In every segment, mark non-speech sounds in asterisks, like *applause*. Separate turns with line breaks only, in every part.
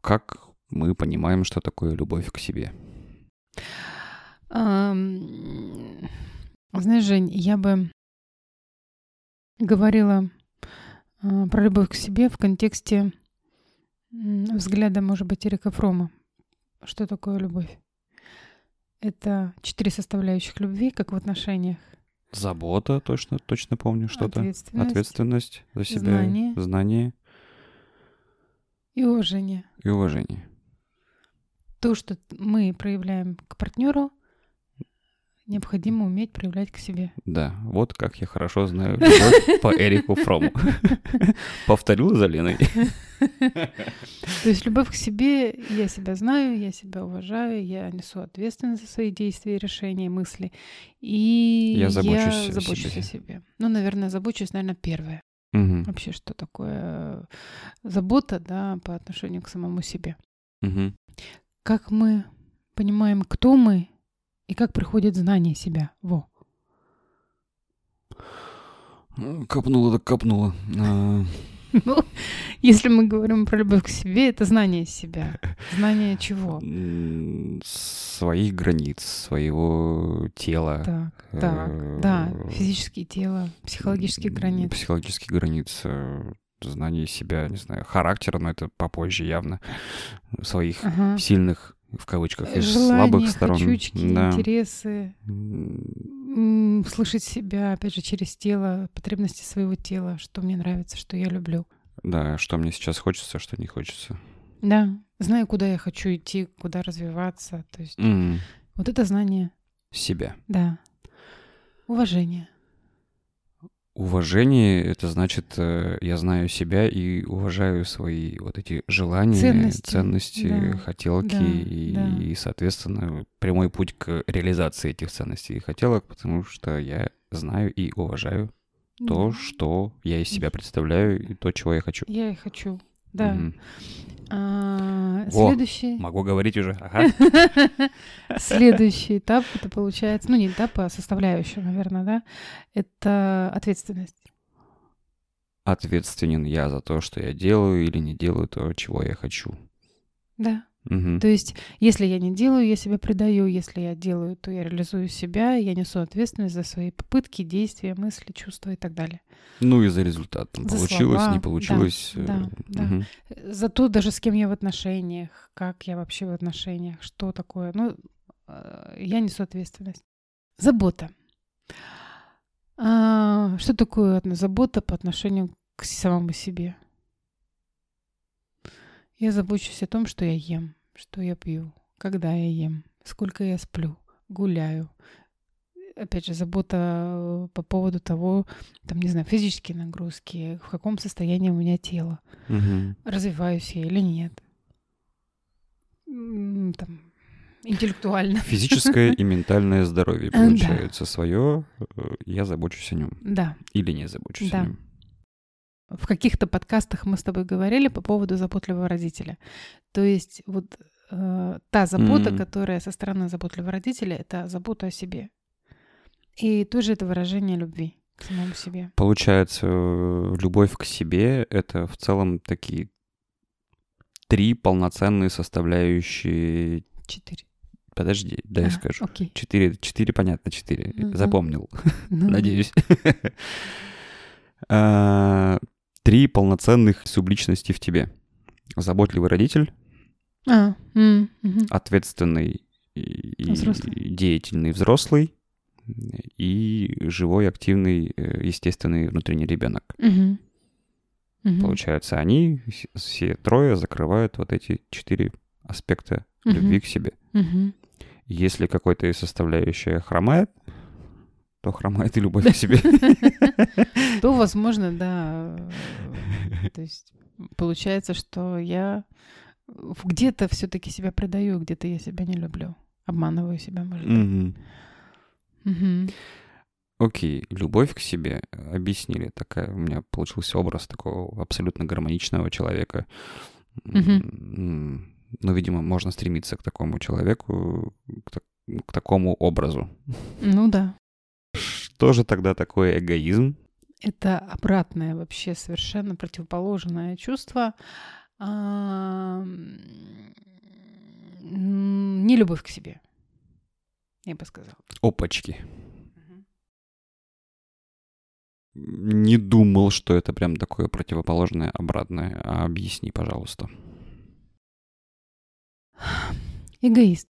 как мы понимаем, что такое любовь к себе?
Эм, Знаешь, Жень, я бы говорила э, про любовь к себе в контексте м, взгляда, может быть, Эрика Фрома. Что такое любовь? Это четыре составляющих любви, как в отношениях.
Забота, точно, точно помню что-то.
Ответственность,
Ответственность за себя,
знание.
знание
и уважение.
и уважение.
То, что т- мы проявляем к партнеру, необходимо уметь проявлять к себе.
Да, вот как я хорошо знаю
*laughs*
любовь по Эрику Фрому. *laughs* Повторил за Леной.
То есть любовь к себе, я себя знаю, я себя уважаю, я несу ответственность за свои действия, решения, мысли. И
Я забочусь о
забочусь
себе.
о себе. Ну, наверное, забочусь, наверное, первое.
Мгм,
Вообще, что такое э, забота, да, по отношению к самому себе.
мгм.
Как мы понимаем, кто мы, и как приходит знание себя. Во.
Копнула так копнула. А,
Ну, если мы говорим про любовь к себе, это знание себя. Знание
*laughs*
чего?
м, Своих границ, своего тела. э,
Так, так, да, физические тело, психологические
М,
границы.
Психологических границ, э, знание себя, не знаю, характера, но это попозже явно, своих
Ага.
сильных, в кавычках, и
Желания,
слабых сторон.
хочучки,
Да.
интересы,
М,
м, слышать себя, опять же, через тело, потребности своего тела, что мне нравится, что я люблю.
Да, что мне сейчас хочется, что не хочется.
Да, знаю, куда я хочу идти, куда развиваться. То есть
М,
вот это знание,
Себя.
да. Уважение.
Уважение — это значит, э, я знаю себя и уважаю свои вот эти желания,
Ценности,
ценности,
да,
хотелки
да,
и,
да.
и, соответственно, прямой путь к реализации этих ценностей и хотелок, потому что я знаю и уважаю то, что я из себя представляю и то, чего я хочу.
Я и хочу. Да.
Мгм.
А,
Во,
следующий. *laughs*
Могу говорить уже, ага.
Следующий этап, это получается, ну не этап, а составляющая, наверное, да, это ответственность.
Ответственен я за то, что я делаю или не делаю то, чего я хочу.
Да.
Мгм.
То есть, если я не делаю, я себя предаю, если я делаю, то я реализую себя, я несу ответственность за свои попытки, действия, мысли, чувства и так далее.
Ну и за результат. Там
За
получилось,
слова,
не
да,
получилось. э,
да, да.
мгм.
Э, За то, даже с кем я в отношениях, как я вообще в отношениях, что такое. Ну, э, я несу ответственность. Забота. А, что такое отно- забота по отношению к самому себе? Я забочусь о том, что я ем, что я пью, когда я ем, сколько я сплю, гуляю. Опять же, забота э, по поводу того, там, не знаю, физические нагрузки, в каком состоянии у меня тело
Мгм.
развиваюсь я или нет. М, Там, интеллектуально.
Физическое и ментальное здоровье
Да.
получается свое. э, Я забочусь о нем.
Да.
Или не забочусь
Да.
о нем.
В каких-то подкастах мы с тобой говорили по поводу заботливого родителя. То есть вот э, та забота,
Мгм.
которая со стороны заботливого родителя, это забота о себе. И тоже это выражение любви к самому себе.
Получается, э, любовь к себе — это в целом такие три полноценные составляющие...
Четыре.
Подожди, дай я
Ага,
скажу.
Окей.
Четыре, четыре, понятно, четыре.
Мгм.
Запомнил.
Ну,
Надеюсь. *laughs* А, Три полноценных субличности в тебе. Заботливый родитель,
а, м, мгм.
ответственный и- и
Взрослый.
деятельный взрослый и живой, активный, э, естественный внутренний ребенок.
Мгм. Мгм.
Получается, они с- все трое закрывают вот эти четыре аспекта
Мгм.
любви к себе.
Мгм.
Если какой-то из составляющая хромает, то хромает и любовь к себе.
*laughs* то, возможно, да. э, То есть получается, что я в- где-то все-таки себя предаю, где-то я себя не люблю. Обманываю себя, может быть.
Мгм.
Мгм.
Окей, любовь к себе э, объяснили. Такая у меня получился образ такого абсолютно гармоничного человека. М, Ну, видимо, можно стремиться к такому человеку, к, так- ну, к такому образу.
Ну да.
Что же тогда такое эгоизм?
Это обратное вообще совершенно противоположное чувство. а, м, не любовь к себе. Я бы сказала.
Опачки. Не думал, что это прям такое противоположное, обратное. А объясни, пожалуйста.
Эгоист.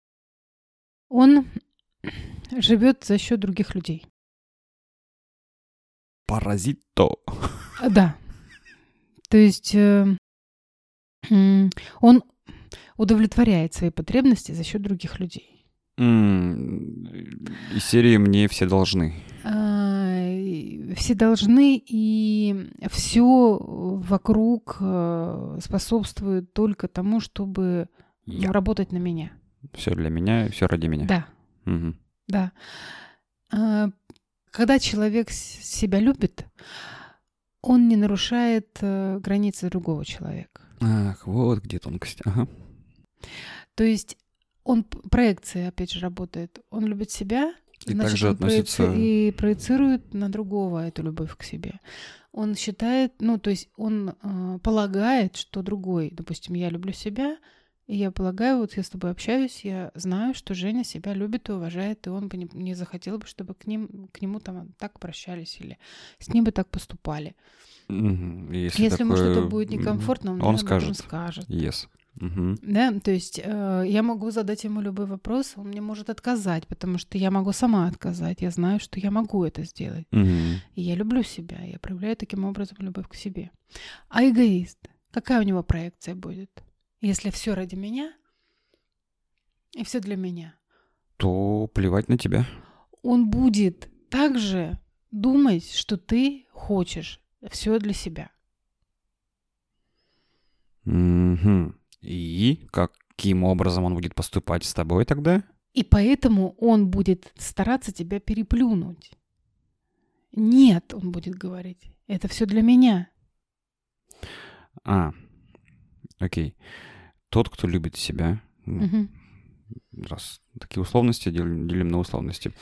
Он живет за счет других людей.
Паразито.
А, Да. То есть э, м, он удовлетворяет свои потребности за счет других людей.
М, Из серии «Мне все должны».
А, и Все должны, и все вокруг э, способствует только тому, чтобы
Я.
работать на меня.
Все для меня, все ради меня.
Да,
Мгм.
да. А, Когда человек с- себя любит, он не нарушает э, границы другого человека.
Ах, вот где тонкость. Ага.
То есть он п- проекция, опять же, работает. Он любит себя,
И также
он проеци-
относится-
и проецирует на другого эту любовь к себе. Он считает, ну, то есть он э, полагает, что другой, допустим, я люблю себя, и я полагаю, вот я с тобой общаюсь, я знаю, что Женя себя любит и уважает, и он бы не, не захотел бы, чтобы к, ним, к нему там так прощались или с ним бы так поступали.
Мгм. Если,
Если ему
такое-
что-то будет
Мгм.
некомфортно,
Он
он, мне об этом
скажет.
скажет.
Yes. Мгм.
Да, то есть э, я могу задать ему любой вопрос, он мне может отказать, потому что я могу сама отказать, я знаю, что я могу это сделать.
Мгм.
И я люблю себя, я проявляю таким образом любовь к себе. А эгоист, какая у него проекция будет? Если все ради меня и все для меня,
То плевать на тебя.
он будет также думать, что ты хочешь все для себя.
Мгм. И каким образом он будет поступать с тобой тогда?
И поэтому он будет стараться тебя переплюнуть. Нет, он будет говорить. Это все для меня.
А, окей. Тот, кто любит себя, ну,
Мгм.
раз такие условности делим, делим на условности.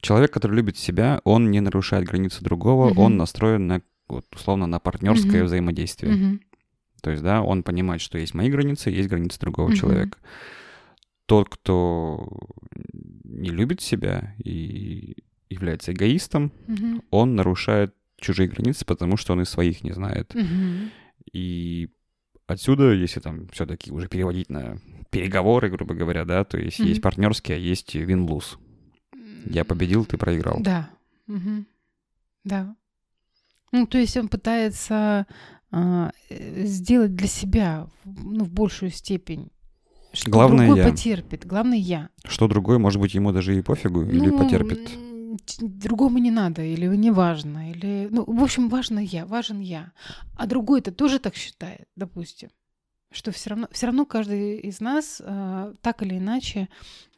Человек, который любит себя, он не нарушает границы другого,
Мгм.
он настроен на вот, условно на партнерское
Мгм.
взаимодействие.
Мгм.
То есть, да, он понимает, что есть мои границы, есть границы другого
Мгм.
человека. Тот, кто не любит себя и является эгоистом,
Мгм.
он нарушает чужие границы, потому что он и своих не знает.
Мгм.
И отсюда, если там все-таки уже переводить на переговоры, грубо говоря, да, то есть есть
Мгм.
партнерские, а есть вин-луз. Я победил, ты проиграл.
Да. Мгм. Да. Ну, то есть он пытается а, э, сделать для себя ну, в большую степень. Что
Главное
другой
я.
потерпит. Главное я.
Что другое, может быть, ему даже и пофигу, или
Ну,
потерпит.
м, т- Другому не надо, или не важно, или... Ну, в общем, важно я, важен я. А другой-то тоже так считает, допустим, что все равно, все равно каждый из нас а, так или иначе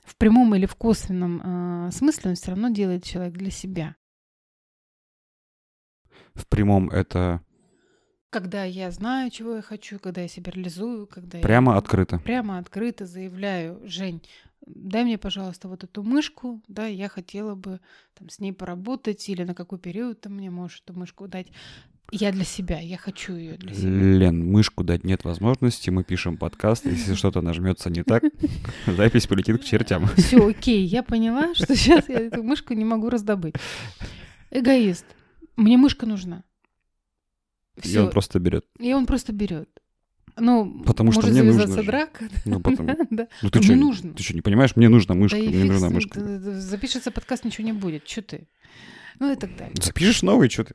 в прямом или в косвенном а, смысле он все равно делает человек для себя.
В прямом это
э, Когда я знаю, чего я хочу, когда я себя реализую, когда я
прямо открыто.
прямо открыто заявляю, Жень, дай мне, пожалуйста, вот эту мышку, да, я хотела бы там с ней поработать, или на какой период ты мне можешь эту мышку дать. Я для себя, я хочу ее для себя.
Лен, мышку дать нет возможности, мы пишем подкаст,
*laughs*
если что-то нажмется не так, запись полетит к чертям.
Все, окей, я поняла, *laughs* что сейчас я эту мышку не могу раздобыть. Эгоист. Мне мышка нужна.
И
Все.
он просто берет.
И он просто берет. Ну,
Потому что
может
мне нужно
завязаться
же.
драка. *laughs*
Ну, потому-
да.
Ну ты
Мне
что,
нужно.
ты что, не понимаешь? Мне нужна мышка,
Да и
мне
фиг
нужна
с-
мышка.
д- д- Запишется подкаст, ничего не будет. Че ты? Ну и так далее.
Запишешь новый, что ты?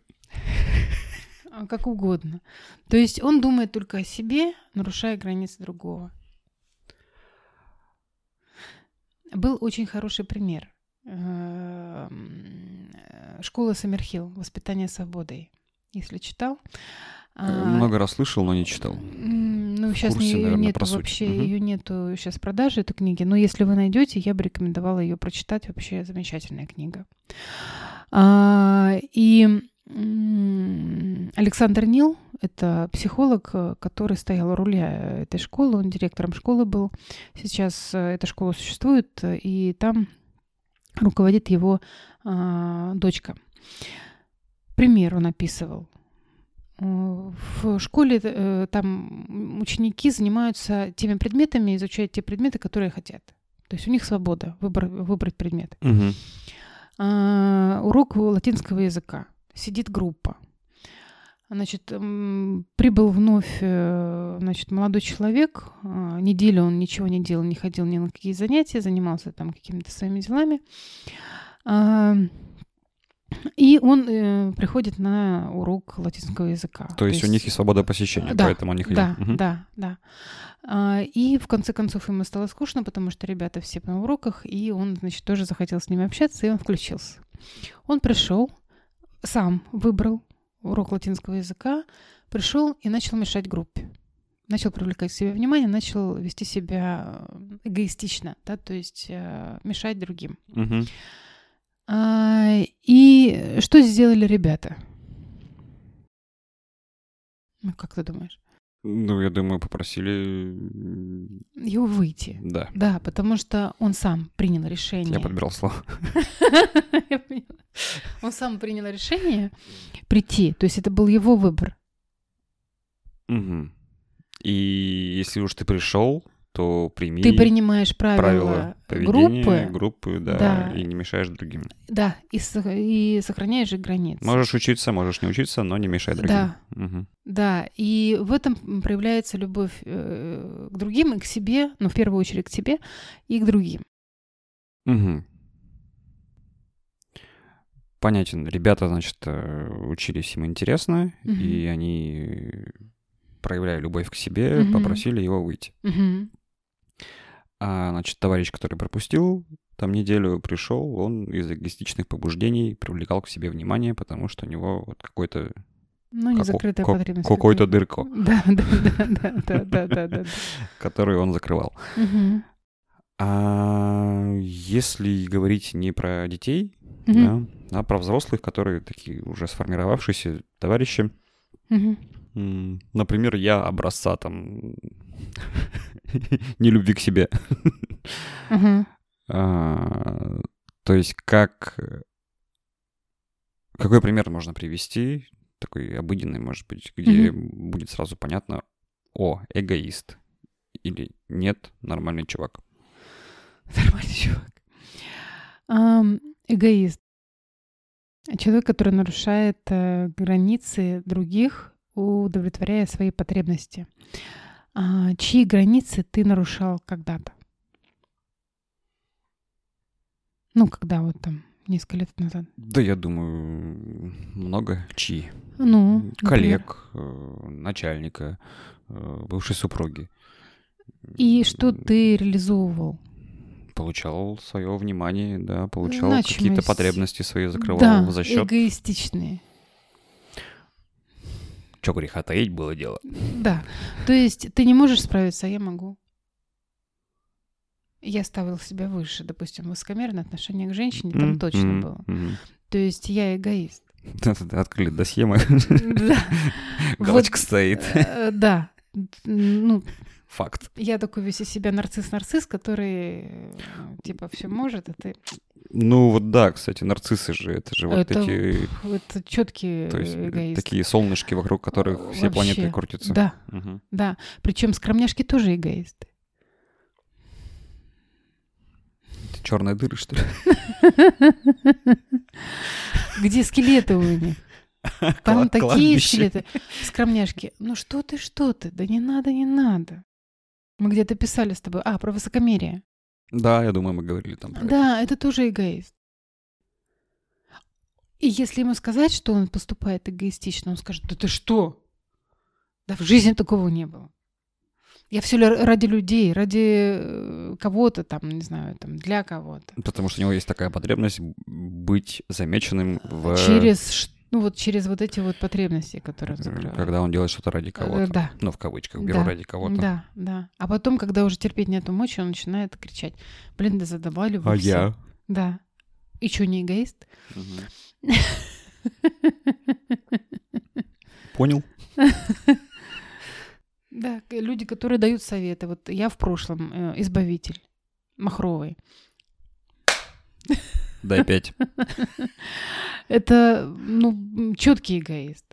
А, Как угодно. То есть он думает только о себе, нарушая границы другого. Был очень хороший пример. Эм, э, Школа Саммерхилл, воспитание свободой. Если читал.
Э,
А,
Много раз слышал, но не читал.
М, Ну,
В
сейчас
курсе,
ее
наверное,
нету
по сути.
вообще,
Мгм.
ее нету сейчас продажи этой книги. Но если вы найдете, я бы рекомендовала ее прочитать. Вообще замечательная книга. А, и м, Александр Нил — это психолог, э, который стоял у руля этой школы, он директором школы был. Сейчас э, эта школа существует, э, и там руководит его а, дочка. Пример он описывал. Э, В школе э, там ученики занимаются теми предметами, изучают те предметы, которые хотят. То есть у них свобода выбор, выбрать предмет.
Мгм.
А, урок латинского языка. Сидит группа. Значит, м, прибыл вновь э, значит, молодой человек. А, Неделю он ничего не делал, не ходил ни на какие занятия, занимался там какими-то своими делами. А, И он э, приходит на урок латинского языка.
То есть у них и свобода посещения,
Да,
поэтому они ходили.
да,
Мгм.
да, да. А, И в конце концов ему стало скучно, потому что ребята все на уроках, и он, значит, тоже захотел с ними общаться, и он включился. Он пришел, сам выбрал урок латинского языка, пришел и начал мешать группе. Начал привлекать к себе внимание, начал вести себя э, эгоистично, да, то есть э, мешать другим.
Мгм.
А, И что сделали ребята? Ну, как ты думаешь?
Ну, я думаю, попросили... м,
Его выйти.
Да.
Да, потому что он сам принял решение.
Я подбирал слова.
*laughs* Я поняла. Он сам принял решение прийти. То есть это был его выбор.
Мгм. И если уж ты пришел, то прими
Ты принимаешь правила,
правила поведения
группы,
группы, да,
Да.
и не мешаешь другим.
да, и, сох- и сохраняешь их границы.
Можешь учиться, можешь не учиться, но не мешай другим.
Да.
Мгм.
Да, и в этом проявляется любовь э, к другим и к себе, но в первую очередь к себе и к другим.
Мгм. Понятен. Ребята, значит, э, учились им интересно,
Мгм.
и они, проявляя любовь к себе,
Мгм.
попросили его выйти.
Мгм.
А, значит, товарищ, который пропустил, там неделю пришел, он из эгоистичных побуждений привлекал к себе внимание, потому что у него вот какой-то
Ну, не
како-
закрытая
ко-
потребность.
какой-то
какая-то.
дырко,
Да, *laughs* да, да, да, да, да, да, да.
который он закрывал.
Мгм.
А если говорить не про детей,
Мгм.
да, а про взрослых, которые такие уже сформировавшиеся товарищи.
Мгм.
М, Например, я образца там *laughs* нелюбви к себе.
Мгм.
А, То есть как... э, Какой пример можно привести? Такой обыденный, может быть, где будет сразу понятно, о, эгоист. Или нет, нормальный чувак.
*laughs* Нормальный чувак. Ам, Эгоист. Человек, который нарушает э, границы других, удовлетворяя свои потребности. А, чьи границы ты нарушал когда-то? Ну, когда вот там несколько лет назад.
Да, я думаю, много чьи.
Ну,
М,
например.
коллег, э, начальника, э, бывшей супруги.
И что
М,
ты реализовывал?
Получал свое внимание, да, получал
Значимость.
какие-то потребности свои, закрывал
да,
за счет.
эгоистичные.
Че греха таить было дело.
Да. То есть ты не можешь справиться, а я могу. Я ставил себя выше, допустим, высокомерное отношение к женщине, там
М,
точно
м,
было.
м.
То есть
*laughs*
я эгоист.
Да-да-да, открыли досье, мы-
Да,
*laughs*
Вот.
галочка стоит.
э, да. Ну,
Факт.
я такой весь из себя нарцисс-нарцисс, который э, типа все может, а ты
Ну вот да, кстати, нарциссы же, это же вот
Это
эти...
пф, это четкий
То есть э,
эгоист.
такие солнышки, вокруг которых все
Вообще.
планеты крутятся.
Да,
Мгм.
да. Причем скромняшки тоже эгоисты.
Это черные дыры, что ли?
Где скелеты у них? *laughs* Там
Клад-
такие
кладбище.
скелеты. Скромняшки. Ну что ты, что ты? Да не надо, не надо. Мы где-то писали с тобой. А, про высокомерие.
Да, я думаю, мы говорили там про это.
Да, это тоже эгоист. И если ему сказать, что он поступает эгоистично, он скажет, да ты что? Да в жизни такого не было. Я все ради людей, ради э, кого-то там, не знаю, там для кого-то.
Потому что у него есть такая потребность б- быть замеченным в... э,
Через, ш- ну вот через вот эти вот потребности, которые он закрывает.
Когда он делает что-то Э, ради
Э,
кого-то.
Да.
Ну, в кавычках, беру
Да,
ради кого-то.
Да, да. А потом, когда уже терпеть нету мочи, он начинает кричать. Блин, да задавали вы
А
все».
я?
Да. И что, не эгоист?
Мгм.
*laughs*
Понял.
Да, к- люди, которые дают советы. Вот я в прошлом э, избавитель Махровый.
Дай пять.
Это, ну, четкий эгоист.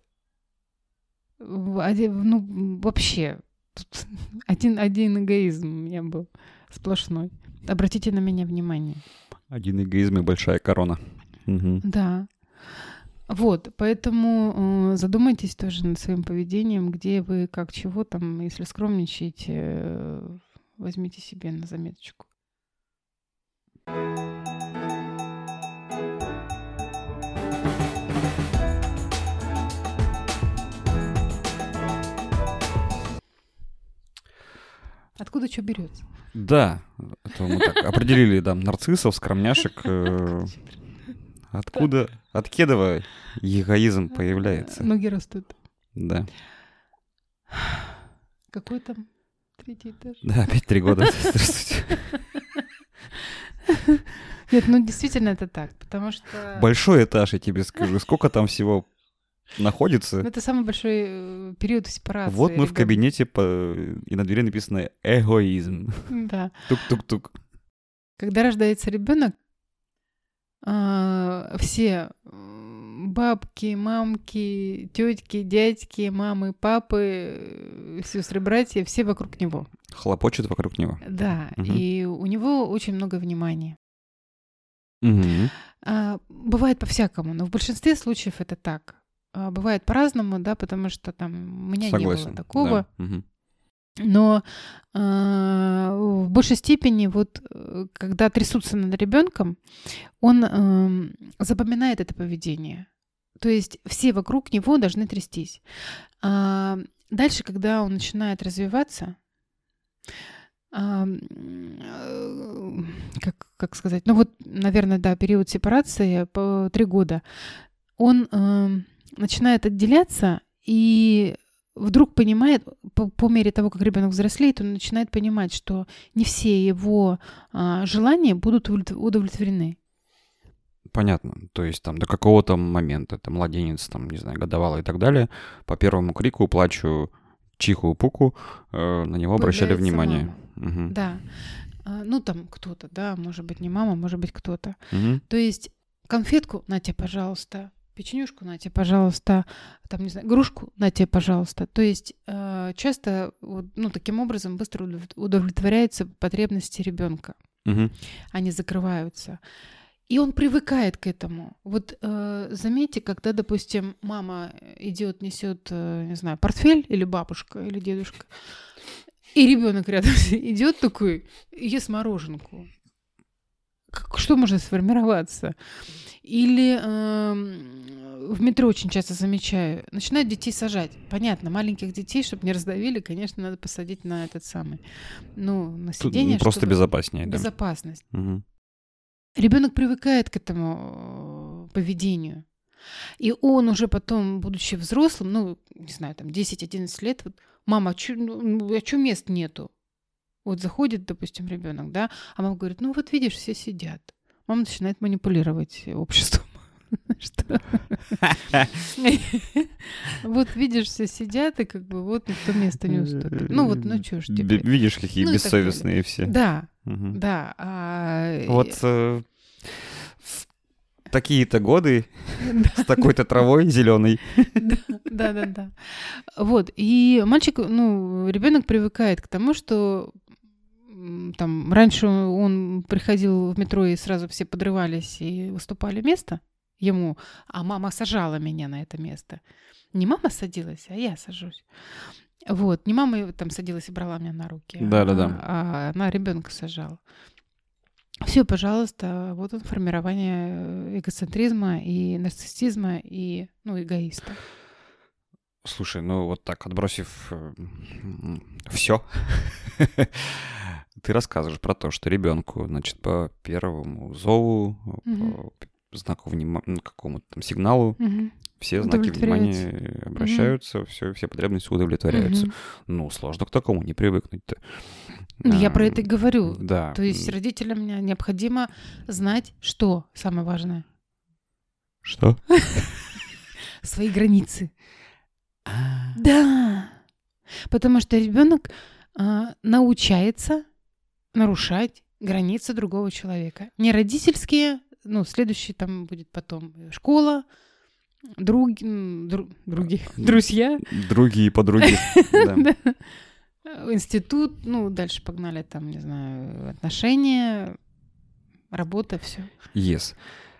В- оди- Ну, *laughs* м, вообще, тут один, один эгоизм у меня был сплошной. Обратите на меня внимание.
Один эгоизм и большая корона. Мгм.
Да. Вот, поэтому э, задумайтесь тоже над своим поведением, где вы, как, чего там, если скромничаете, э, возьмите себе на заметочку. Откуда что берется?
Да, это мы так определили, да, нарциссов, скромняшек. э, Откуда, от кедова эгоизм появляется?
Ноги растут.
Да.
Какой там третий этаж?
Да, опять три года. Здравствуйте.
Нет, ну действительно это так, потому что...
Большой этаж, я тебе скажу. Сколько там всего
Ну,
находится?
это самый большой э, период сепарации.
Вот мы в
ребят.
кабинете, по- и на двери написано «Эгоизм».
Да.
Тук-тук-тук.
Когда рождается ребенок, а, все м, бабки, мамки, тетки, дядьки, мамы, папы, сестры, братья, все вокруг него.
Хлопочет вокруг него.
Да,
Мгм.
и у него очень много внимания.
Мгм.
А, бывает по-всякому, но в большинстве случаев это так. А, бывает по-разному, да, потому что там у меня не
Согласен.
было
да.
такого.
Мгм.
Но а, в большей степени вот э, когда трясутся над ребенком, он эм, запоминает это поведение. То есть все вокруг него должны трястись. А дальше, когда он начинает развиваться, а, м, э, как, как сказать, ну вот, наверное, да, период сепарации по три года, он эм, начинает отделяться и вдруг понимает, по, по мере того, как ребенок взрослеет, он начинает понимать, что не все его а, желания будут удовлет- удовлетворены.
Понятно. То есть там до какого-то момента, там младенец, там, не знаю, годовалый и так далее, по первому крику, плачу, чиху-пуку, э, на него обращали
Появляется
внимание. Мгм.
Да. А, ну, там кто-то, да, может быть, не мама, может быть, кто-то.
Мгм.
То есть конфетку на тебе, пожалуйста, печенюшку на тебе, пожалуйста, там, не знаю, игрушку на тебе, пожалуйста. То есть э, часто, вот, ну, таким образом быстро удов- удовлетворяются потребности ребенка.
Мгм.
они закрываются. И он привыкает к этому. Вот э, заметьте, когда, допустим, мама идет, несет, э, не знаю, портфель или бабушка, или дедушка, и ребенок рядом идет такой, и ест мороженку. Как- что может сформироваться? Или эм, в метро очень часто замечаю, начинают детей сажать. Понятно, маленьких детей, чтобы не раздавили, конечно, надо посадить на этот самый, ну, на
Тут
сиденье.
просто
чтобы-
безопаснее, да.
безопасность.
Мгм.
Ребенок привыкает к этому э, поведению. И он уже потом, будучи взрослым, ну, не знаю, там 10-11 лет, вот, мама, а что мест нету? Вот заходит, допустим, ребенок, да, а мама говорит, ну вот видишь, все сидят. Мама начинает манипулировать обществом. *laughs* Что? *laughs* Вот видишь, все сидят, и как бы вот никто место не уступит. Ну вот, ну что ж
Бе-
теперь.
Видишь, какие
Ну и так далее.
бессовестные все.
Да,
Мгм.
да. а,
Вот э, в такие-то
*laughs*
годы с такой-то травой зеленой.
Да, да, да. Вот. И мальчик, ну, ребенок привыкает к тому, что м, там раньше он приходил в метро и сразу все подрывались и выступали место ему, а мама сажала меня на это место. Не мама садилась, а я сажусь. Вот, не мама там садилась и брала меня на руки. а-
Да-да-да.
А, она ребенка сажала. Все, пожалуйста, вот он формирование эгоцентризма и нарциссизма и ну эгоиста.
Слушай, ну вот так, отбросив э, все, *laughs* ты рассказываешь про то, что ребенку, значит, по первому зову,
Мгм.
по п- знаку внимания, какому-то там сигналу, все знаки
Удовлетворяются.
внимания обращаются, все, все потребности удовлетворяются.
Мгм.
Ну, сложно к такому не привыкнуть-то.
Ну, Я про
А,
это и говорю.
Да.
То есть
М,
родителям не- необходимо знать, что самое важное.
Что?
Свои границы. Да. Потому что ребенок а, научается нарушать границы другого человека. Не родительские, ну, следующий там будет потом школа, други, м, дру- други, друзья. *laughs*
Другие подруги. Да.
Да. институт, ну, дальше погнали там, не знаю, отношения, работа, все.
ну, Yes.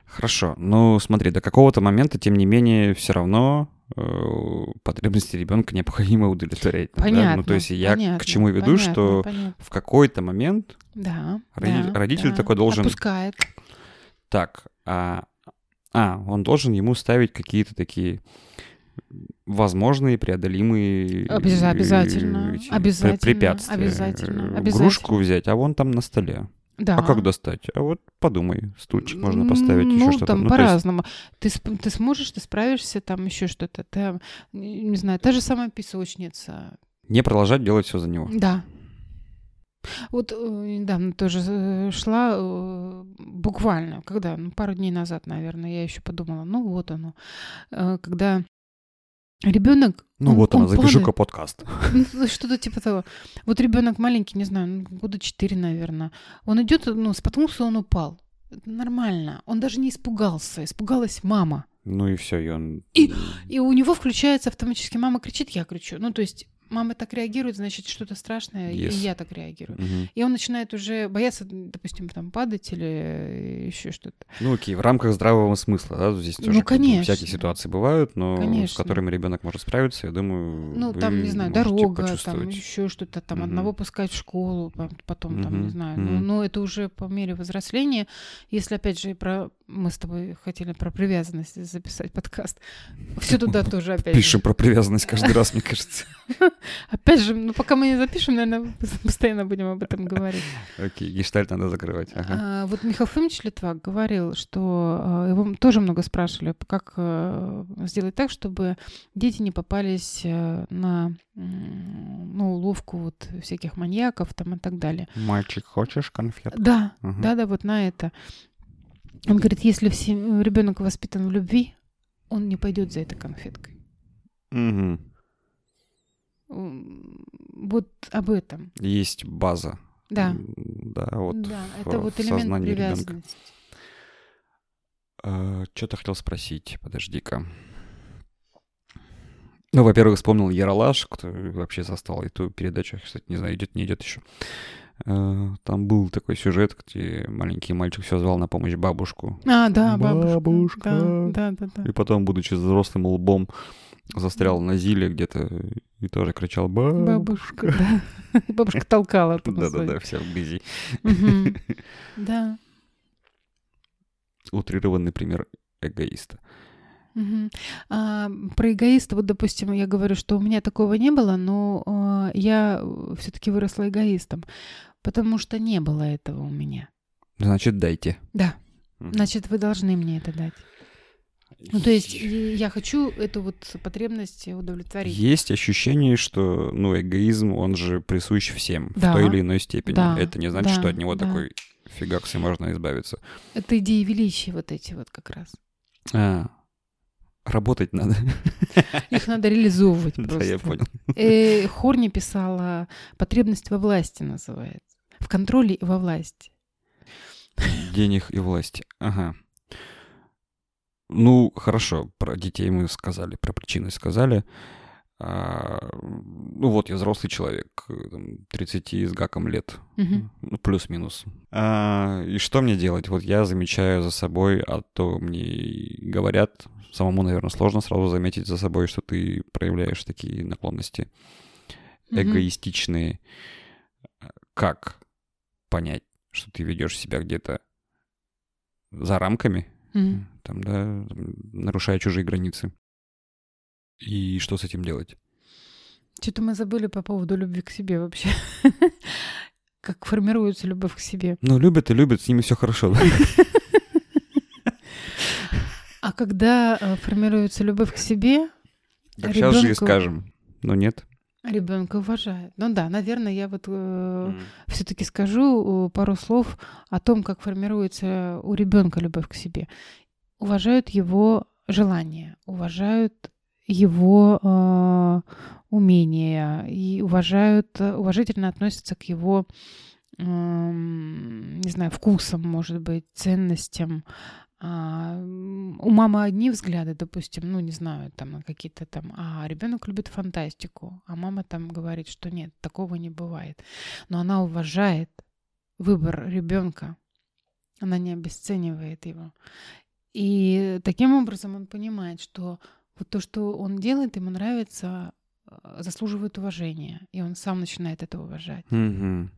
Хорошо. Ну, смотри, до какого-то момента, тем не менее, все равно э, потребности ребенка необходимо удовлетворять. да?
Понятно.
Ну, то есть я к
понятно,
чему веду,
понятно,
что
понятно.
в какой-то момент
Да,
роди-
да,
родитель
да.
такой должен-
Отпускает.
так, а, а, он должен ему ставить какие-то такие возможные преодолимые
Обяз-
э,
обязательно,
эти пре-
обязательно,
препятствия.
обязательно,
Э,
обязательно.
Игрушку взять, а вон там на столе.
Да.
А как достать? А вот подумай, стульчик можно
М,
поставить,
ну,
еще что-то.
там
Ну, то есть-
по-разному. Ты, сп- ты сможешь, ты справишься, там еще что-то. Там, не не знаю, та же самая песочница.
не продолжать делать все за него.
Да. Вот э, недавно тоже э, шла, э, буквально, когда, ну, пару дней назад, наверное, я еще подумала, ну вот оно, Э, когда ребенок...
Ну
он-
вот она,
он падает.
запишу-ка подкаст.
Ну, Что-то типа того. Вот ребенок маленький, не знаю, ну, года 4, наверное. Он идет, ну, споткнулся, он упал. Это нормально. Он даже не испугался. Испугалась мама.
Ну и все, и он...
И- И у него включается автоматически мама кричит, я кричу. Ну, то есть мама так реагирует, значит, что-то страшное,
Yes.
и я так реагирую.
Мгм.
И он начинает уже бояться, допустим, там падать или еще что-то.
Ну окей, в рамках здравого смысла, да, здесь
Ну,
тоже как бы
конечно.
всякие ситуации бывают, но с
Конечно.
которыми ребенок может справиться, я думаю,
Ну,
вы
там, не знаю,
можете
дорога, там
почувствовать.
еще что-то, там
Мгм.
одного пускать в школу, пом- потом, там,
Мгм,
не знаю. Ну,
мгм.
но это уже по мере взросления. Если, опять же, про мы с тобой хотели про привязанность записать подкаст, все туда тоже опять
*laughs* Пишем
же.
про привязанность
*laughs*
каждый раз, мне кажется.
Опять же, ну, пока мы не запишем, наверное, *laughs* постоянно будем об этом говорить.
Окей, гештальт надо закрывать. Ага.
А, вот Михаил Фомич Литвак говорил, что а, его м- тоже много спрашивали, как э, сделать так, чтобы дети не попались э, на м, ну, уловку вот всяких маньяков там и так далее.
Мальчик, хочешь конфет?
А. Да,
Мгм.
да, да, вот на это. Он говорит, если в сем- ребенок воспитан в любви, он не пойдет за этой конфеткой.
Мгм.
М, Вот об этом.
Есть база.
Да.
М, Да, вот.
да,
в-
это вот
в
элемент
сознании ребёнка.
привязанности.
Что-то Э, хотел спросить, подожди-ка. Ну, во-первых, вспомнил Яралаш, кто вообще застал эту передачу. Я, Кстати, не знаю, идет, не идет еще. Там был такой сюжет, где маленький мальчик все звал на помощь бабушку.
А, да, бабушка.
Бабушка.
Да, да, да. да.
И потом, будучи взрослым лбом, застрял на Зиле где-то и тоже кричал «Бабушка».
Бабушка, да.
*laughs*
Бабушка толкала. там
Да-да-да, *laughs*
называется.
все в грязи.
Мгм. Да.
Утрированный пример эгоиста.
мгм. А, Про эгоиста, вот, допустим, я говорю, что у меня такого не было, но а, я все-таки выросла эгоистом, потому что не было этого у меня.
Значит, дайте.
Да,
Мгм.
значит, вы должны мне это дать. Ну, то есть и я хочу эту вот потребность удовлетворить.
Есть ощущение, что ну, эгоизм, он же присущ всем
Да.
в той или иной степени.
Да,
Это не значит,
да,
что от него
да.
такой фигаксы можно избавиться.
Это идеи величия вот эти вот как
*laughs*
раз.
А, работать надо. *laughs*
Их надо реализовывать
Да, я
просто.
понял.
Э, Хорни писала «Потребность во власти» называется. В контроле и во власти.
Денег и власти. Ага. Ну, хорошо, про детей мы сказали, про причины сказали. А, ну вот, я взрослый человек, э, там, 30 с гаком лет.
Мгм.
Ну, плюс-минус. А, и что мне делать? Вот я замечаю за собой, а то мне и говорят, самому, наверное, сложно сразу заметить за собой, что ты проявляешь такие наклонности
Мгм.
эгоистичные. Как понять, что ты ведешь себя где-то за рамками,
Мгм.
там, да, м, нарушая чужие границы? И что с этим делать?
Что-то мы забыли по поводу любви к себе вообще. *laughs* Как формируется любовь к себе.
Ну, любят и любят, с ними все хорошо. *laughs*
А когда э, формируется любовь к себе,
Как сейчас же и
Ребёнку-
скажем. Но нет.
ребенка уважает. Ну да, наверное, я вот все-таки скажу э, пару слов о том, как формируется у ребенка любовь к себе. Уважают его желания, уважают его э, умения и уважают, э, уважительно относятся к его, эм, не знаю, вкусам, может быть, ценностям, а, А, м, у мамы одни взгляды, допустим, ну, не знаю, там на какие-то там, а ребенок любит фантастику, а мама там говорит, что нет, такого не бывает. Но она уважает выбор ребенка, она не обесценивает его. И таким образом он понимает, что вот то, что он делает, ему нравится, э, заслуживает уважения, и он сам начинает это уважать.
Мгм.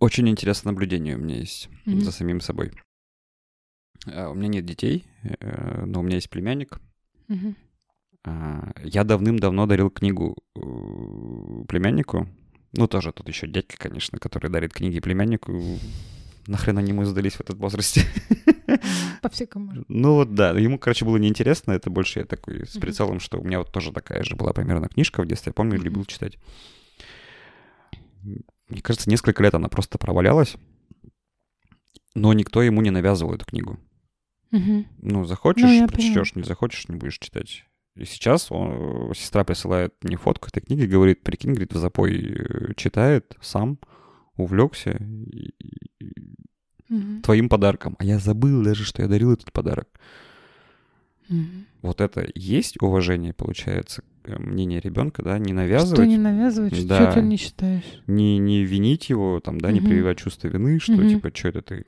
Очень интересное наблюдение у меня есть
Мгм.
за самим собой. А, У меня нет детей, э, но у меня есть племянник.
Мгм.
А, Я давным-давно дарил книгу э, племяннику. Ну, тоже тут еще дядька, конечно, который дарит книги племяннику. Нахрен они ему сдались в этот возрасте?
По всякому. же.
Ну вот да, ему, короче, было неинтересно, это больше я такой с
Мгм.
прицелом, что у меня вот тоже такая же была примерно книжка в детстве, я помню,
Мгм.
любил читать. Мне кажется, несколько лет она просто провалялась, но никто ему не навязывал эту книгу.
Мгм.
Ну, захочешь,
я
прочтешь, не захочешь, не будешь читать. И сейчас он- э, сестра присылает мне фотку этой книги, говорит, прикинь, говорит, в запой э, читает, сам увлекся и- и-
Мгм.
твоим подарком. А я забыл даже, что я дарил этот подарок.
Мгм.
вот это и есть уважение, получается, э, мнение ребенка, да, не
Что
навязывать,
не
не...
навязывать, что
Да.
ты не считаешь.
Не, винить его, там, да, не
Мгм.
прививать чувство вины, что
Мгм.
типа, что это ты?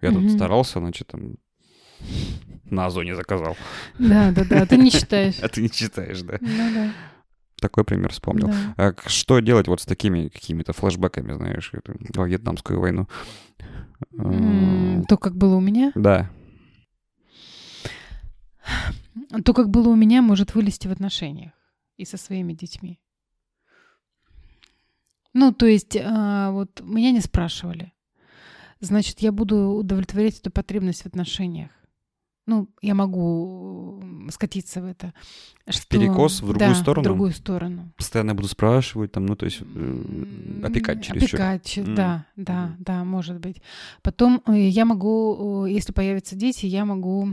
Я
Мгм.
тут старался, значит, там на озоне заказал. *laughs*
Да, да, да, ты не считаешь.
А ты не читаешь, да?
Ну да.
Такой пример вспомнил.
да.
А к- что делать вот с такими какими-то флешбэками, знаешь, это, во Вьетнамскую войну?
М,
М,
То, как было у меня,
Да.
то, как было у меня, может вылезти в отношениях и со своими детьми. Ну, то есть, а, вот меня не спрашивали. Значит, я буду удовлетворять эту потребность в отношениях. Ну, я могу м, скатиться в это. Что-
перекос, в другую
Да,
сторону?
В другую сторону.
Постоянно буду спрашивать, там, ну, то есть, э,
М,
опекать через
Опекать,
М.
да, да,
Мгм.
да, может быть. Потом э, я могу, э, если появятся дети, я могу,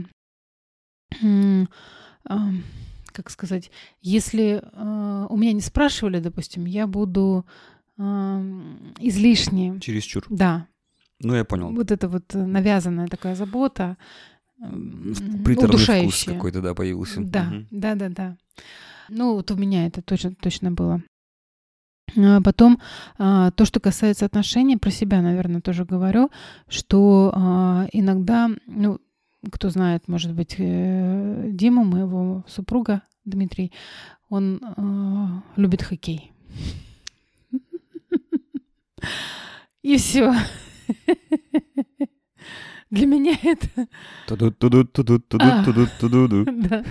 м, ам, как сказать, если э, у меня не спрашивали, допустим, я буду ам, излишне,
Чересчур.
да,
Ну, я понял.
вот это вот э, навязанная такая забота, м,
В- Приторный вкус
удушающая.
какой-то, да, появился.
Да,
Мгм.
да, да, да. Ну, вот у меня это точно, точно было. А Потом, а, то, что касается отношений, про себя, наверное, тоже говорю, что а, иногда, ну, кто знает, может быть, э, Диму, моего супруга, Дмитрий, он а, любит хоккей. *laughs* И все. *laughs* Для меня это
Ту-ду-ту-ду-ту-ду-ту-ду-ту-ду-ту-ду-ду.
*laughs* да.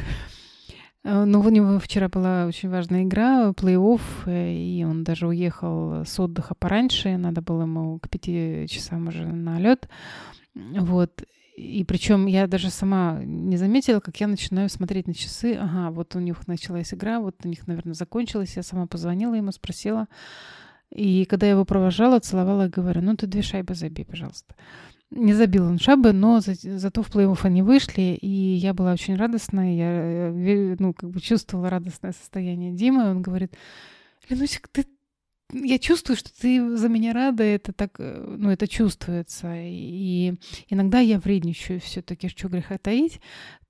Э, Ну, у него вчера была очень важная игра, плей-офф, э, и он даже уехал с отдыха пораньше, надо было ему к пяти часам уже на лед. Вот. И причем я даже сама не заметила, как я начинаю смотреть на часы. Ага, вот у них началась игра, вот у них, наверное, закончилась. Я сама позвонила ему, спросила. И когда я его провожала, целовала и говорю, ну ты две шайбы забей, пожалуйста. Не забил он шайбы, но за- зато в плей-офф они вышли, и я была очень радостная, я э, ве- ну, как бы чувствовала радостное состояние Димы, и он говорит, Ленусик, ты я чувствую, что ты за меня рада, это так, э, ну, это чувствуется. И иногда я вредничаю все таки что греха таить.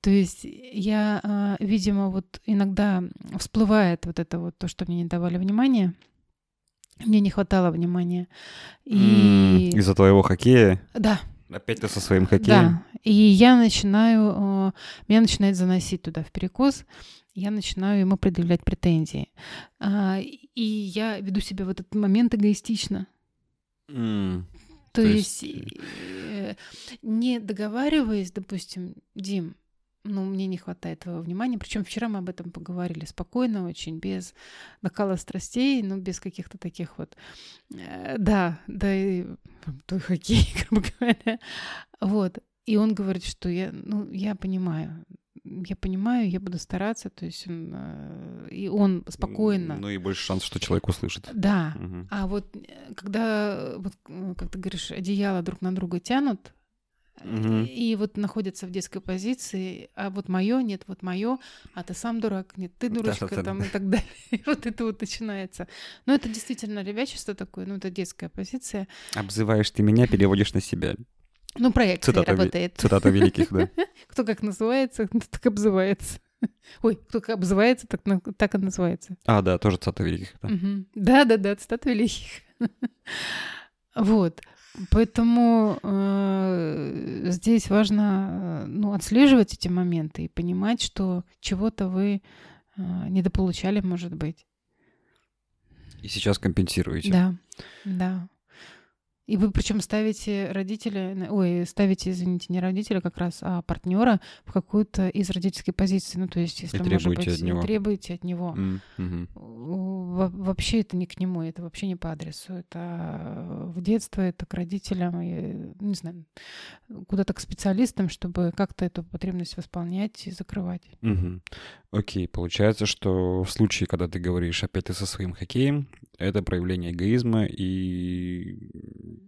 То есть я, а, видимо, вот иногда всплывает вот это вот то, что мне не давали внимания. Мне не хватало внимания. И...
М, Из-за твоего хоккея.
Да,
Опять ты со своим хоккеем.
да, и я начинаю, э, меня начинает заносить туда в перекос, я начинаю ему предъявлять претензии. А, И я веду себя в этот момент эгоистично.
М,
То,
То
есть,
есть,
э, не договариваясь, допустим, Дим, ну, мне не хватает твоего внимания. Причем вчера мы об этом поговорили спокойно, очень, без накала страстей, ну, без каких-то таких вот... э, да, да, и там, твой хоккей, *laughs* грубо говоря. Вот. И он говорит, что я, ну, я понимаю, я понимаю, я буду стараться, то есть он, э, и он спокойно.
Ну и больше шанс, что человек услышит.
Да,
Мгм.
а вот э, когда, э, вот, э, как ты говоришь, одеяло друг на друга тянут, э,
Мгм.
и вот находятся в детской позиции, а вот мое, нет, вот мое, а ты сам дурак, нет, ты дурочка,
Да-да-да.
там и так далее. *laughs* И вот это вот начинается. Но это действительно ребячество такое, ну это детская ну, позиция.
Обзываешь ты меня, переводишь на себя.
Ну, проект
Цитата, ви-
работает.
цитата великих, да.
Кто как называется, *laughs* так обзывается. Ой, кто как обзывается, так, на- так и называется.
А, да, тоже цитата великих, да.
Мгм. Да-да-да, цитата великих. Вот. Поэтому э, здесь важно э, ну, отслеживать эти моменты и понимать, что чего-то вы э, недополучали, может быть.
И сейчас компенсируете.
Да, да. И вы причем ставите родителя, на- ой, ставите, извините, не родителя как раз, а партнера в какую-то из родительской позиции. Ну, то есть, если, может
требуете
быть,
от него.
и требуете от него.
М, мгм.
Во- Вообще это не к нему, это вообще не по адресу. Это э, в детство, это к родителям, и, не знаю, куда-то к специалистам, чтобы как-то эту потребность восполнять и закрывать.
Мгм. Окей, получается, что в случае, когда ты говоришь опять ты со своим хоккеем, это проявление эгоизма, и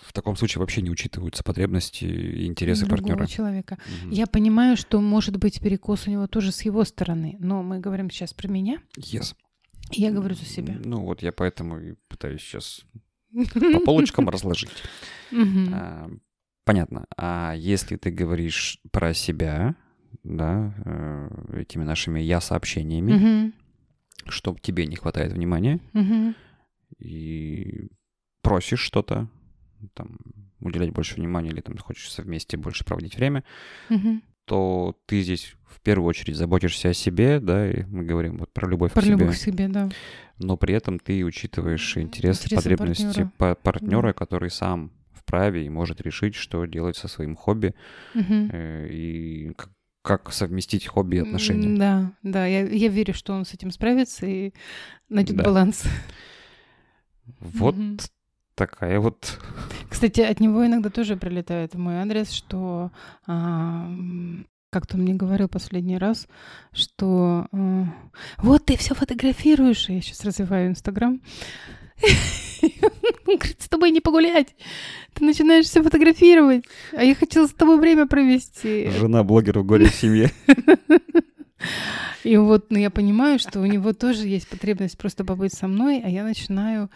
в таком случае вообще не учитываются потребности и интересы
другого
партнера.
человека.
Мгм.
Я понимаю, что может быть перекос у него тоже с его стороны, но мы говорим сейчас про меня,
Yes.
и я говорю за себя.
Ну вот я поэтому и пытаюсь сейчас
*laughs*
по полочкам разложить.
Мгм.
А, Понятно. А если ты говоришь про себя, да, э, этими нашими я-сообщениями,
Мгм.
что тебе не хватает внимания
Мгм.
и просишь что-то, там, уделять больше внимания или там хочешь совместе больше проводить время,
Мгм.
то ты здесь в первую очередь заботишься о себе, да, и мы говорим вот про любовь
Про
к себе,
любовь к себе, да.
но при этом ты учитываешь интересы,
Интересы
потребности
партнёра.
партнера. партнера, который сам вправе и может решить, что делать со своим хобби,
Мгм.
Э, и к- как совместить хобби и
М,
отношения.
Да, да, я, я верю, что он с этим справится и найдет
Да.
баланс.
Вот
Мгм.
такая вот...
Кстати, от него иногда тоже прилетает в мой адрес, что а, м, как-то он мне говорил последний раз, что а, вот ты все фотографируешь, И я сейчас развиваю Инстаграм. *laughs* Он говорит, с тобой не погулять. Ты начинаешь все фотографировать. А я хотела с тобой время провести.
Жена блогера в горе в
*laughs*
семье.
И вот, ну, я понимаю, что у него тоже есть потребность просто побыть со мной, а я начинаю,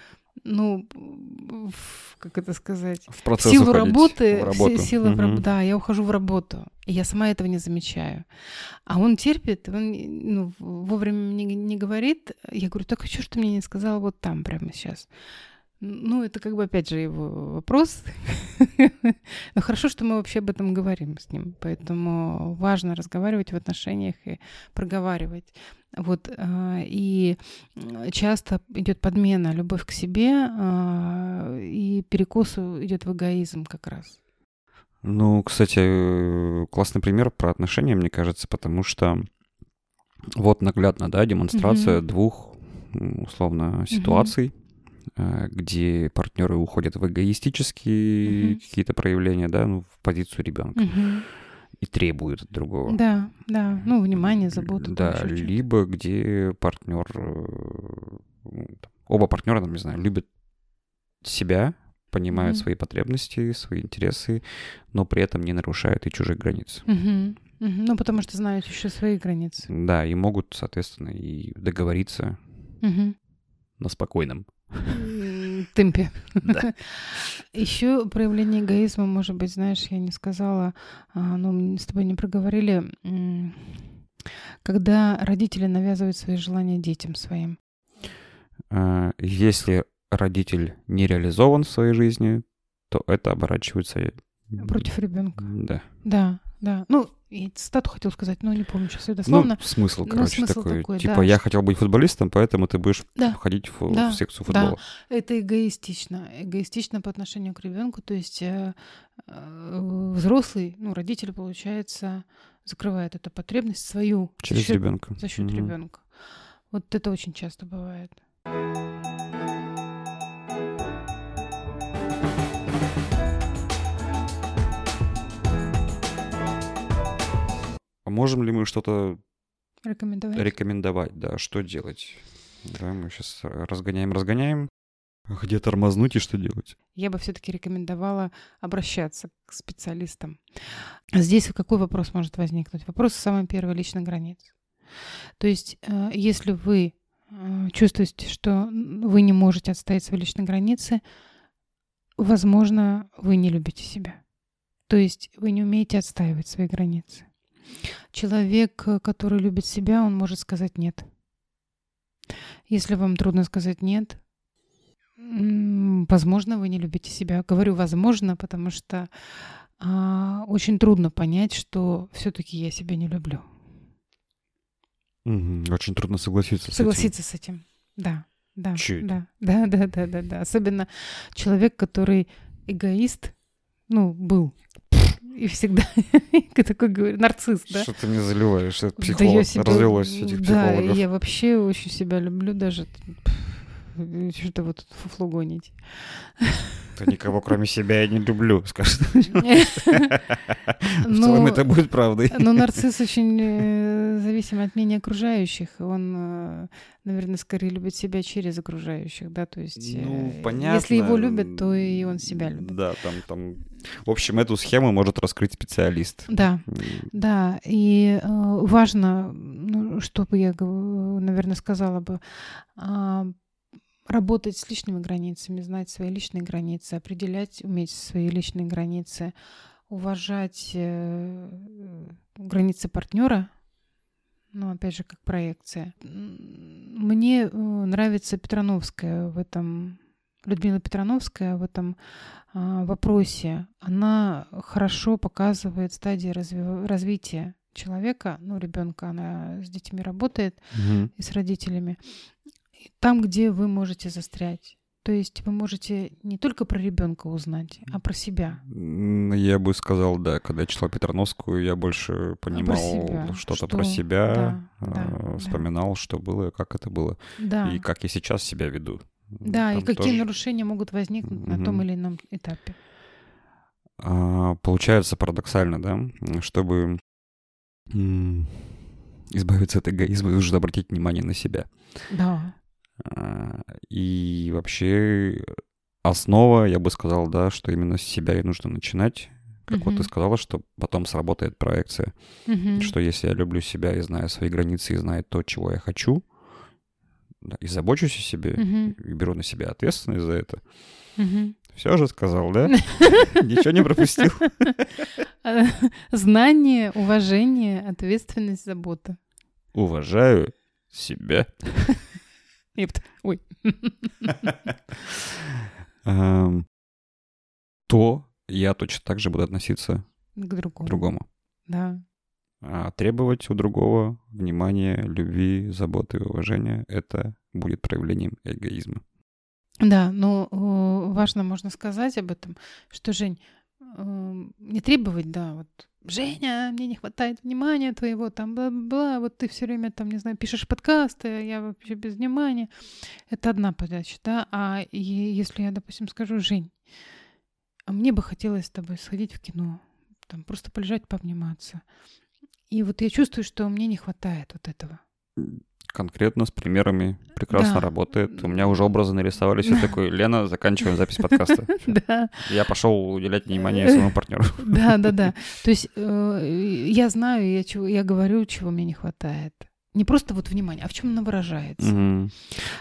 ну, в- как это сказать,
В
в
процесс
силу
уходить,
работы,
в
в
работу.
си- силы в раб-
Мгм.
да, я ухожу в работу, и я сама этого не замечаю. А он терпит, он ну, вовремя мне не говорит. Я говорю, так а что ж ты мне не сказал вот там прямо сейчас? Ну, это как бы опять же его вопрос. *laughs* Но хорошо, что мы вообще об этом говорим с ним. Поэтому важно разговаривать в отношениях и проговаривать. Вот, а, и м, Э, часто идет подмена любовь к себе, а, и перекос идет в эгоизм как раз.
Ну, кстати, э, классный пример про отношения, мне кажется, потому что вот наглядно, да, демонстрация
Мгм.
двух, м, условно, ситуаций, э, где партнеры уходят в эгоистические
Мгм.
какие-то проявления, да, ну, в позицию ребенка и требуют от другого.
Да, да. Ну, внимание, заботу. там
Да,
ещё чё-то.
либо где партнер, э, ну, там, оба партнера, там, не знаю, любят себя, понимают
Мгм.
свои потребности, свои интересы, но при этом не нарушают и чужих границ.
Мгм, мгм. Ну, потому что знают еще свои границы.
Да, и могут, соответственно, и договориться
Мгм.
на спокойном.
М, Темпе. *laughs*
Да.
Еще проявление эгоизма, может быть, знаешь, я не сказала, а, но мы с тобой не проговорили, м, когда родители навязывают свои желания детям своим.
А, Если родитель не реализован в своей жизни, то это оборачивается...
Против ребенка.
Да.
Да, да. Ну, я цитату хотел сказать, но не помню сейчас ее
Ну,
дословно.
смысл,
Ну,
короче,
смысл
такой.
такой,
типа,
да,
я
что-
хотел быть футболистом, поэтому ты будешь
Да.
ходить в, фу-
Да,
в секцию
да.
футбола.
Это эгоистично. Эгоистично по отношению к ребенку. То есть э, э, взрослый, ну, родитель, получается, закрывает эту потребность свою за
Через
счёт-
ребенка.
за счет
Мгм.
ребенка. Вот это очень часто бывает.
А можем ли мы что-то
Рекомендовать.
рекомендовать, да, что делать? Да, мы сейчас разгоняем, разгоняем. А Где тормознуть и что делать?
Я бы все-таки рекомендовала обращаться к специалистам. Здесь какой вопрос может возникнуть? Вопрос самый первый личных границ. То есть, э, если вы э, чувствуете, что вы не можете отстоять свои личные границы, возможно, вы не любите себя. То есть вы не умеете отстаивать свои границы. Человек, э, который любит себя, он может сказать нет. Если вам трудно сказать нет, м, возможно, вы не любите себя. Говорю возможно, потому что а, очень трудно понять, что все-таки я себя не люблю.
Мгм. Очень трудно согласиться с этим.
Согласиться с этим. Да, да.
Чуть.
Да, *laughs* да, да, да, да, да. Особенно человек, который эгоист, ну, был и всегда *laughs* такой говорю, нарцисс, да?
Что ты мне заливаешь? Это
Да
психолог.
я себя-
Развелось этих
Да,
психологов.
я вообще очень себя люблю даже. Пф, Что-то вот тут фуфло
*laughs*
гоните.
Да никого, кроме себя, я не люблю, *laughs* скажет. В целом
Ну,
это будет правдой.
Но Ну, нарцисс очень э, зависим от мнения окружающих. Он, э, наверное, скорее любит себя через окружающих, да, то есть... э,
Ну,
Если его любят, то и он себя любит.
Да, там, там... В общем, эту схему может раскрыть специалист.
Да,
М,
да. И э, важно, ну, что бы я, гов- наверное, сказала бы, а, работать с личными границами, знать свои личные границы, определять, уметь свои личные границы, уважать э, границы партнера, ну, опять же, как проекция. М, Мне э, нравится Петрановская в этом, Людмила Петрановская в этом а, вопросе. Она хорошо показывает стадии разви- развития человека, ну, ребенка, она с детьми работает,
мгм.
и с родителями, и там, где вы можете застрять. То есть вы можете не только про ребенка узнать, а про себя.
М, ну, Я бы сказал, да, когда я читал Петрановскую, я больше
себя,
понимал что-то про
что-
себя,
да, да,
э,
да.
вспоминал, что было, как это было,
Да,
и как я сейчас себя веду.
да, и
Там
какие
тоже-
нарушения могут возникнуть на
Мгм.
том или ином этапе.
А, получается парадоксально, да, м, чтобы м, избавиться от эгоизма, нужно обратить внимание на себя.
Да,
А, И вообще основа, я бы сказал, да, что именно с себя и нужно начинать. Как вот
Мгм.
ты сказала, что потом сработает проекция.
Мгм.
Что если я люблю себя и знаю свои границы, и знаю то, чего я хочу, да, и забочусь о себе,
Мгм.
и беру на себя ответственность за это.
Мгм.
Все же сказал,
*laughs*
да? Ничего не пропустил.
А, *laughs* Знание, уважение, ответственность, забота.
Уважаю себя.
Епт. Ой.
Эм, То я точно так же буду относиться
К
к
другому.
другому.
Да.
А требовать у другого внимания, любви, заботы и уважения — это будет проявлением эгоизма.
Да, но э, важно можно сказать об этом, что, Жень, э, не требовать, да, вот, Женя, мне не хватает внимания твоего, там, бла-бла, вот ты все время, там, не знаю, пишешь подкасты, а я вообще без внимания. Это одна подача, да, а и если я, допустим, скажу, Жень, а мне бы хотелось с тобой сходить в кино, там, просто полежать, пообниматься. И вот я чувствую, что мне не хватает вот этого.
Конкретно с примерами прекрасно
Да.
работает. У меня уже образы нарисовались. Я такой, Лена, заканчиваем запись подкаста.
*laughs* Да.
Я пошел уделять внимание своему
*laughs*
партнеру.
Да, да, да. То есть э, я знаю, я, чего, я говорю, чего мне не хватает. Не просто вот внимание, а в чем оно выражается.
Мгм.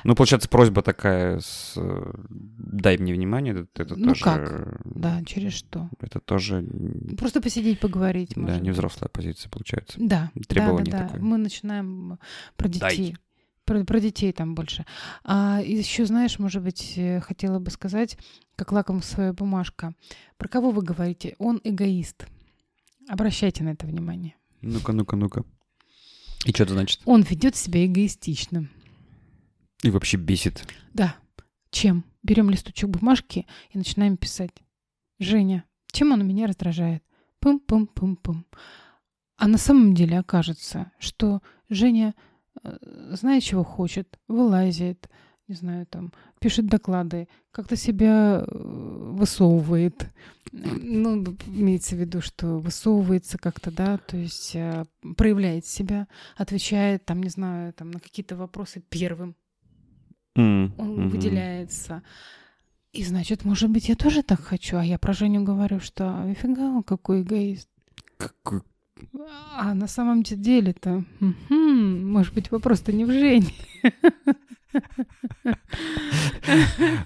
Ну, получается, просьба такая с, э, «дай мне внимание», это, это
Ну,
тоже...
как? Да, через что?
Это тоже н-
Просто посидеть, поговорить.
да,
может
не
быть.
взрослая позиция получается.
Да,
Требование
да, да, да.
такое.
Мы начинаем э, про
Дайте.
детей. Про, про детей там больше. А еще, знаешь, может быть, э, хотела бы сказать, как лаком своя бумажка. Про кого вы говорите? Он эгоист. Обращайте на это внимание.
Ну-ка, ну-ка, ну-ка. И что это значит?
Он ведет себя эгоистично.
И вообще бесит.
Да. Чем? Берем листочек бумажки и начинаем писать. Женя, чем он меня раздражает? Пым-пым-пым-пым. А на самом деле окажется, что Женя э, знает, чего хочет, вылазит, не знаю, там, пишет доклады, как-то себя э, высовывает. Ну, имеется в виду, что высовывается как-то, да, то есть э, проявляет себя, отвечает, там, не знаю, там, на какие-то вопросы первым
М,
он
мгм.
выделяется. И значит, может быть, я тоже так хочу, а я про Женю говорю, что «А, нифига он какой эгоист.
Какой
А на самом де- деле-то, *laughs* мгм, может быть, вопрос-то не в Жене.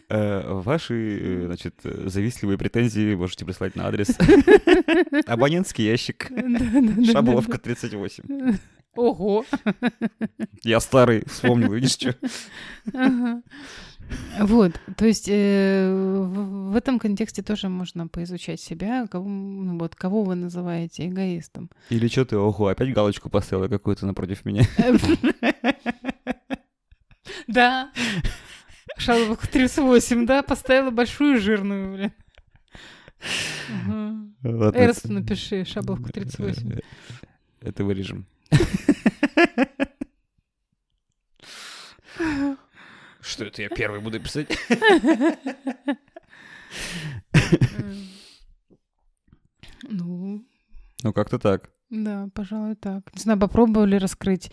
Э, Ваши, э, значит, э, завистливые претензии можете прислать на *laughs* адрес абонентский ящик
Да-да-да-да-да.
Шаболовка 38.
Ого.
Я старый, вспомнил, видишь, что?
Ага. Вот, то есть э, в в этом контексте тоже можно поизучать себя, кого, ну, вот, кого вы называете эгоистом.
Или что ты, ого, опять галочку поставила какую-то напротив *laughs* меня?
Да. Шаловых 38, да, поставила большую жирную, блин. Ага.
Ладно, это-
Эрсту
Э,
напиши, Шабловку 38.
Это вырежем. Что это я первый буду писать?
Ну,
Ну, как-то так.
да, пожалуй, так. Не знаю, попробовали раскрыть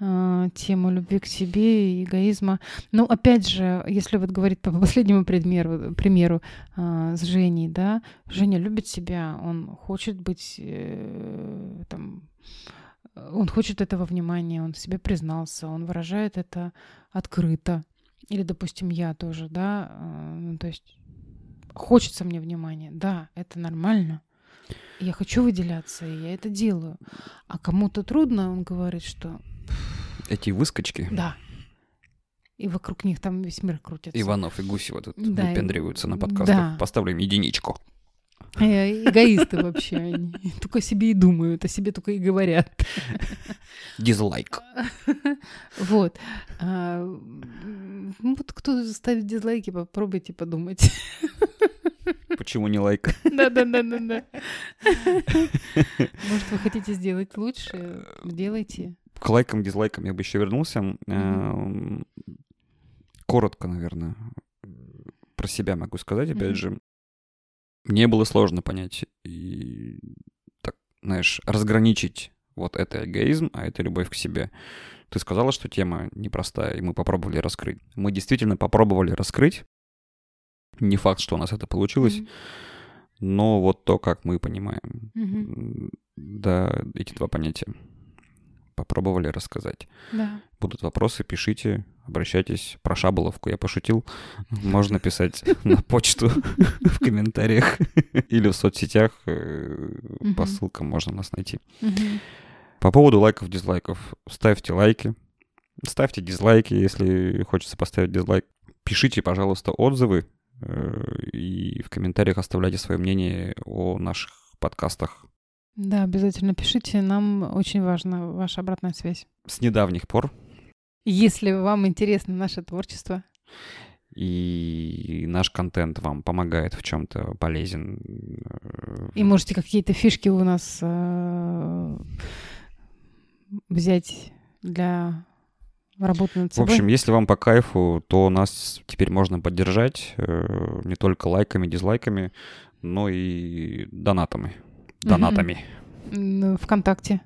э, тему любви к себе и эгоизма. Но опять же, если вот говорить по *laughs* последнему предмеру, примеру э, с Женей, да, Женя любит себя, он хочет быть э, там, э, он хочет этого внимания, он в себе признался, он выражает это открыто. Или, допустим, я тоже, да, э, ну, то есть хочется мне внимания, да, это нормально. Я хочу выделяться, и я это делаю. А кому-то трудно, он говорит, что
Эти выскочки.
да. И вокруг них там весь мир крутится.
Иванов и Гусева тут
Да, и-
выпендриваются на
да.
подкастах. Поставлю им единичку.
Э, Эгоисты вообще они. Только о себе и думают, о себе только и говорят.
Дизлайк.
Вот. А, м, ну Вот кто ставит дизлайки, попробуйте подумать.
Почему не лайк? *laughs*
Да-да-да-да-да. Может, вы хотите сделать лучше? Делайте.
К лайкам, дизлайкам я бы еще вернулся. Эм, Коротко, наверное, про себя могу сказать,
Мгм.
опять же. Мне было сложно понять и, так, знаешь, разграничить вот это эгоизм, а это любовь к себе. Ты сказала, что тема непростая, и мы попробовали раскрыть. Мы действительно попробовали раскрыть. Не факт, что у нас это получилось,
Мгм.
но вот то, как мы понимаем.
Мгм.
М, Да, эти два понятия. Попробовали рассказать.
Да.
Будут вопросы, пишите, обращайтесь. Про шаболовку я пошутил. Можно писать на почту *laughs* в комментариях или в соцсетях. э, По
Мгм.
ссылкам можно нас найти.
Мгм.
По поводу лайков, дизлайков. Ставьте лайки. Ставьте дизлайки, если хочется поставить дизлайк. Пишите, пожалуйста, отзывы э, и в комментариях оставляйте свое мнение о наших подкастах.
Да, обязательно пишите. Нам очень важна ваша обратная связь.
с недавних пор.
Если вам интересно наше творчество,
И наш контент вам помогает в чем-то полезен. э,
И можете какие-то фишки у нас э, взять для работы над
В
собой.
общем, если вам по кайфу, то нас теперь можно поддержать э, не только лайками, дизлайками, но и донатами. Донатами.
М, ВКонтакте.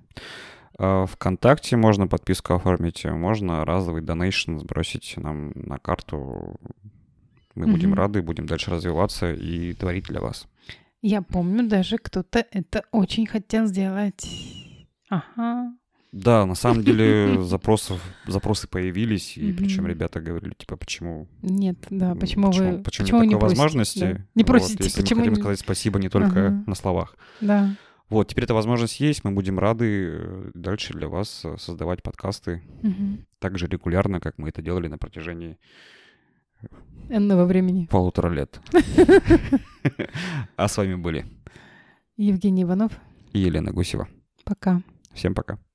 А Вконтакте можно подписку оформить, можно разовый донейшн сбросить нам на карту. Мы будем
Мгм.
рады, будем дальше развиваться и творить для вас.
Я помню, даже кто-то это очень хотел сделать. Ага.
Да, на самом
*laughs*
деле запросов, запросы появились, и причем
Мгм.
ребята говорили, типа, почему...
Нет, да,
м,
почему, вы...
Почему, нет
не
такой
просите?
возможности?
Да. Не
Вот,
просите,
если
почему
мы хотим
не-
сказать спасибо не только
Ага.
на словах.
Да.
Вот, теперь эта возможность есть, мы будем рады э, дальше для вас э, создавать подкасты
Мгм.
так же регулярно, как мы это делали на протяжении
Энного времени.
полутора
*laughs*
лет. *laughs* А с вами были
Евгений Иванов,
и Елена Гусева.
пока.
Всем пока.